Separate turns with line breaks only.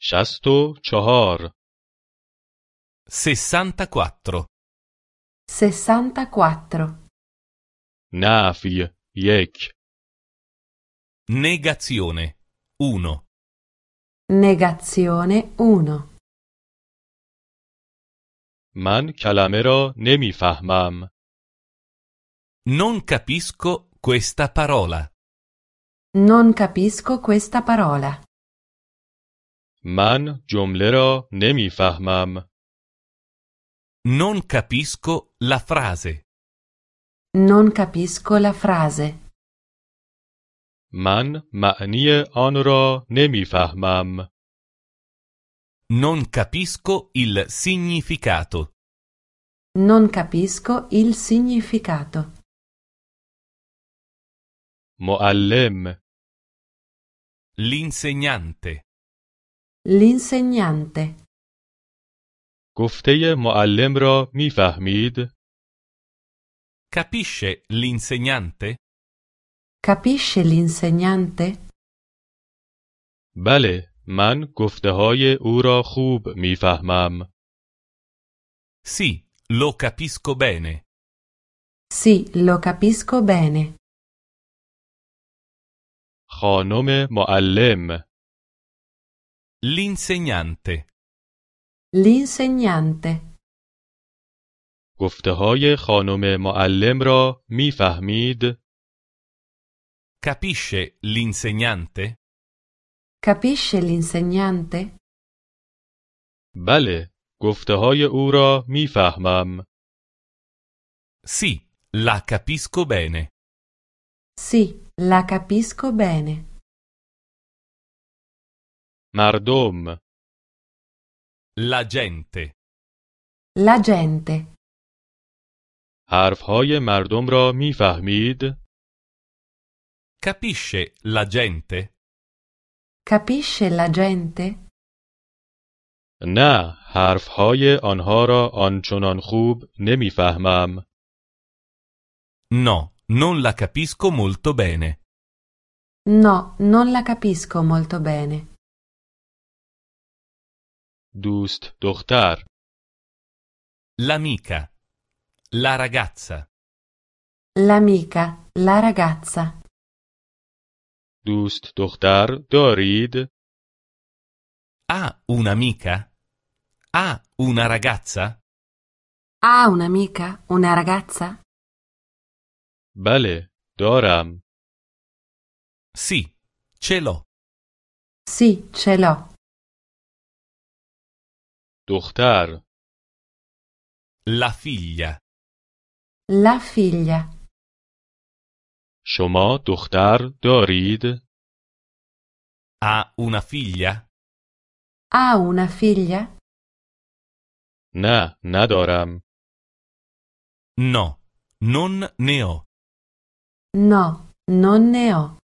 شست و چهار
64.
64.
نفی یک
Negazione. 1.
Negazione 1.
من کلمه را نمیفهمم
Non capisco questa parola.
Non capisco questa parola.
من جمله را نمیفهمم
Non capisco la frase.
Non capisco la frase.
من معنی آن را نمیفهمم
Non capisco il significato.
Non capisco il significato.
معلم
L'insegnante.
L'insegnante.
گفته معلم را میفهمید
Capisce l'insegnante?
Capisce l'insegnante?
بله من گفته های او را خوب میفهمم
Sì, lo capisco bene.
Sì, lo capisco bene.
خانم معلم
L'insegnante.
L'insegnante.
گفته های خانم معلم را میفهمید
Capisce l'insegnante?
Capisce l'insegnante?
بله گفته های او را میفهمم
Sì, la capisco bene.
Sì, la capisco bene.
مردم
La gente.
La gente.
حرف های مردم را میفهمید
Capisce la gente?
Capisce la gente?
نه حرف های آنها را آنچنان خوب نمیفهمم
No, non la capisco molto bene.
No, non la capisco molto bene.
دوست دختر
L'amica. La ragazza.
L'amica, la ragazza.
دوست دختر دارید
Ha un'amica? Ha una ragazza?
Ha un'amica, una ragazza?
بله دارم
Sì, ce l'ho.
Sì, ce l'ho.
دختر
La figlia.
La figlia.
شما دختر دارید
Ha una figlia?
Ha una figlia?
نه ندارم
No, non ne ho.
No, non ne ho.